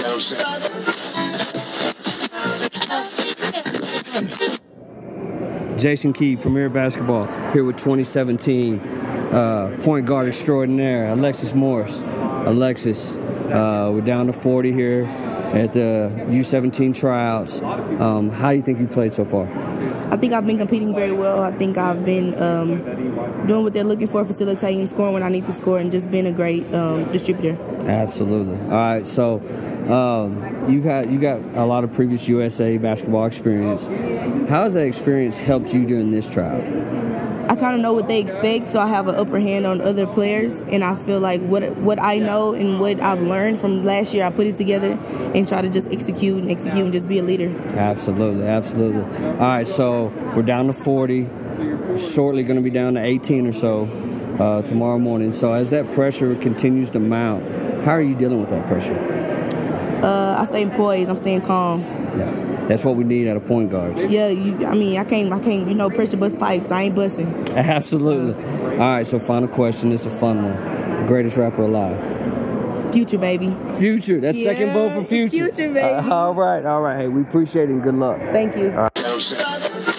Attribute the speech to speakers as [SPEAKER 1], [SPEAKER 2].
[SPEAKER 1] know what I'm saying?
[SPEAKER 2] Jason Key, Premier Basketball, here with 2017 uh, point guard extraordinaire, Alexis Morris. Alexis, uh, we're down to 40 here at the U17 tryouts. Um, how do you think you played so far?
[SPEAKER 3] I think I've been competing very well. I think I've been um, doing what they're looking for, facilitating, scoring when I need to score, and just being a great um, distributor.
[SPEAKER 2] Absolutely. All right, so um, you got you got a lot of previous USA basketball experience. How has that experience helped you during this trial?
[SPEAKER 3] I kind of know what they expect, so I have an upper hand on other players, and I feel like what what I know and what I've learned from last year, I put it together and try to just execute and execute and just be a leader.
[SPEAKER 2] Absolutely, absolutely. All right, so we're down to 40. Shortly, going to be down to 18 or so uh, tomorrow morning. So as that pressure continues to mount, how are you dealing with that pressure?
[SPEAKER 3] Uh, I stay poised. I'm staying calm.
[SPEAKER 2] Yeah, that's what we need out of point guards.
[SPEAKER 3] Yeah, you, I mean, I can't, I can't, you know, pressure bust pipes. I ain't busting.
[SPEAKER 2] Absolutely. All right, so final question. It's a fun one. Greatest rapper alive.
[SPEAKER 3] Future baby.
[SPEAKER 2] Future. That's second
[SPEAKER 3] Yeah,
[SPEAKER 2] vote for future.
[SPEAKER 3] Future, baby.
[SPEAKER 2] Uh, all right, all right. Hey, we appreciate it and good luck.
[SPEAKER 3] Thank you.
[SPEAKER 1] You know what I'm saying?